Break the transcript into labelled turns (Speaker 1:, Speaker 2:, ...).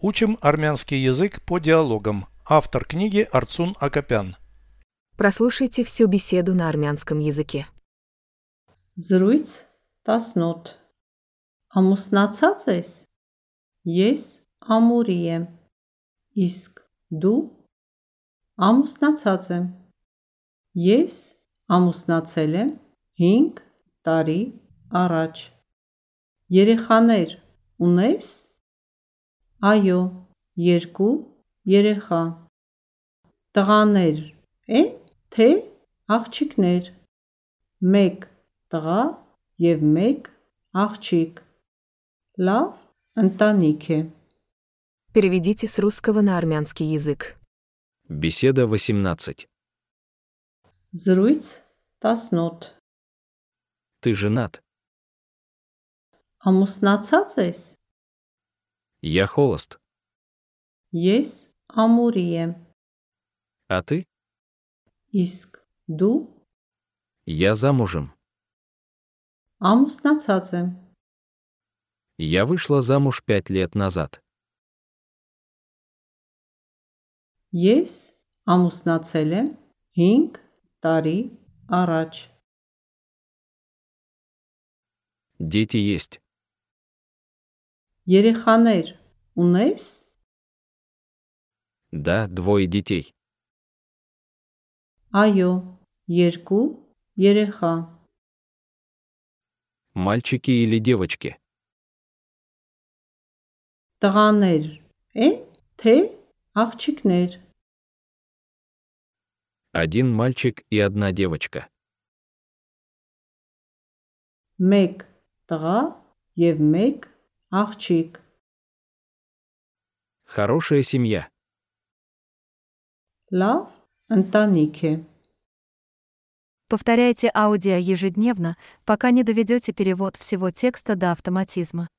Speaker 1: Учим армянский язык по диалогам. Автор книги Арцун Акопян.
Speaker 2: Прослушайте всю беседу на армянском языке.
Speaker 3: Զրույց 18 Ամուսնացած ես Ես ամուրի եմ Իսկ դու ամուսնացած եմ Ես ամուսնացել եմ 5 տարի առաջ Երեխաներ ունես Այո, երկու երեխա Տղաներ են թե աղջիկներ մեկ տղա եւ մեկ աղջիկ։ Լավ ընտանիք է։
Speaker 2: Переведите с русского на армянский язык.
Speaker 4: Беседа 18.
Speaker 3: Զրույց 18։
Speaker 4: Ты женат.
Speaker 3: Ամուսնացած ես։
Speaker 4: Я холост.
Speaker 3: Ես ամուրի եմ։
Speaker 4: А ты?
Speaker 3: Իսկ դու
Speaker 4: Я замужем.
Speaker 3: ամուսնացած եմ։
Speaker 4: Я вышла замуж пять лет назад.
Speaker 3: Ես ամուսնացել եմ 5 տարի առաջ։
Speaker 4: Дети есть.
Speaker 3: Երեխաներ ունես։
Speaker 4: Да, двое детей.
Speaker 3: Այո, երկու երեխա։
Speaker 4: Мальчики или девочки?
Speaker 3: Տղաներ են թե աղջիկներ։
Speaker 4: Один мальчик и одна девочка.
Speaker 3: մեկ տղա եւ մեկ աղջիկ
Speaker 4: Хорошая семья.
Speaker 3: լավ ընտանիք է
Speaker 5: Повторяйте аудио ежедневно, пока не доведете перевод всего текста до автоматизма.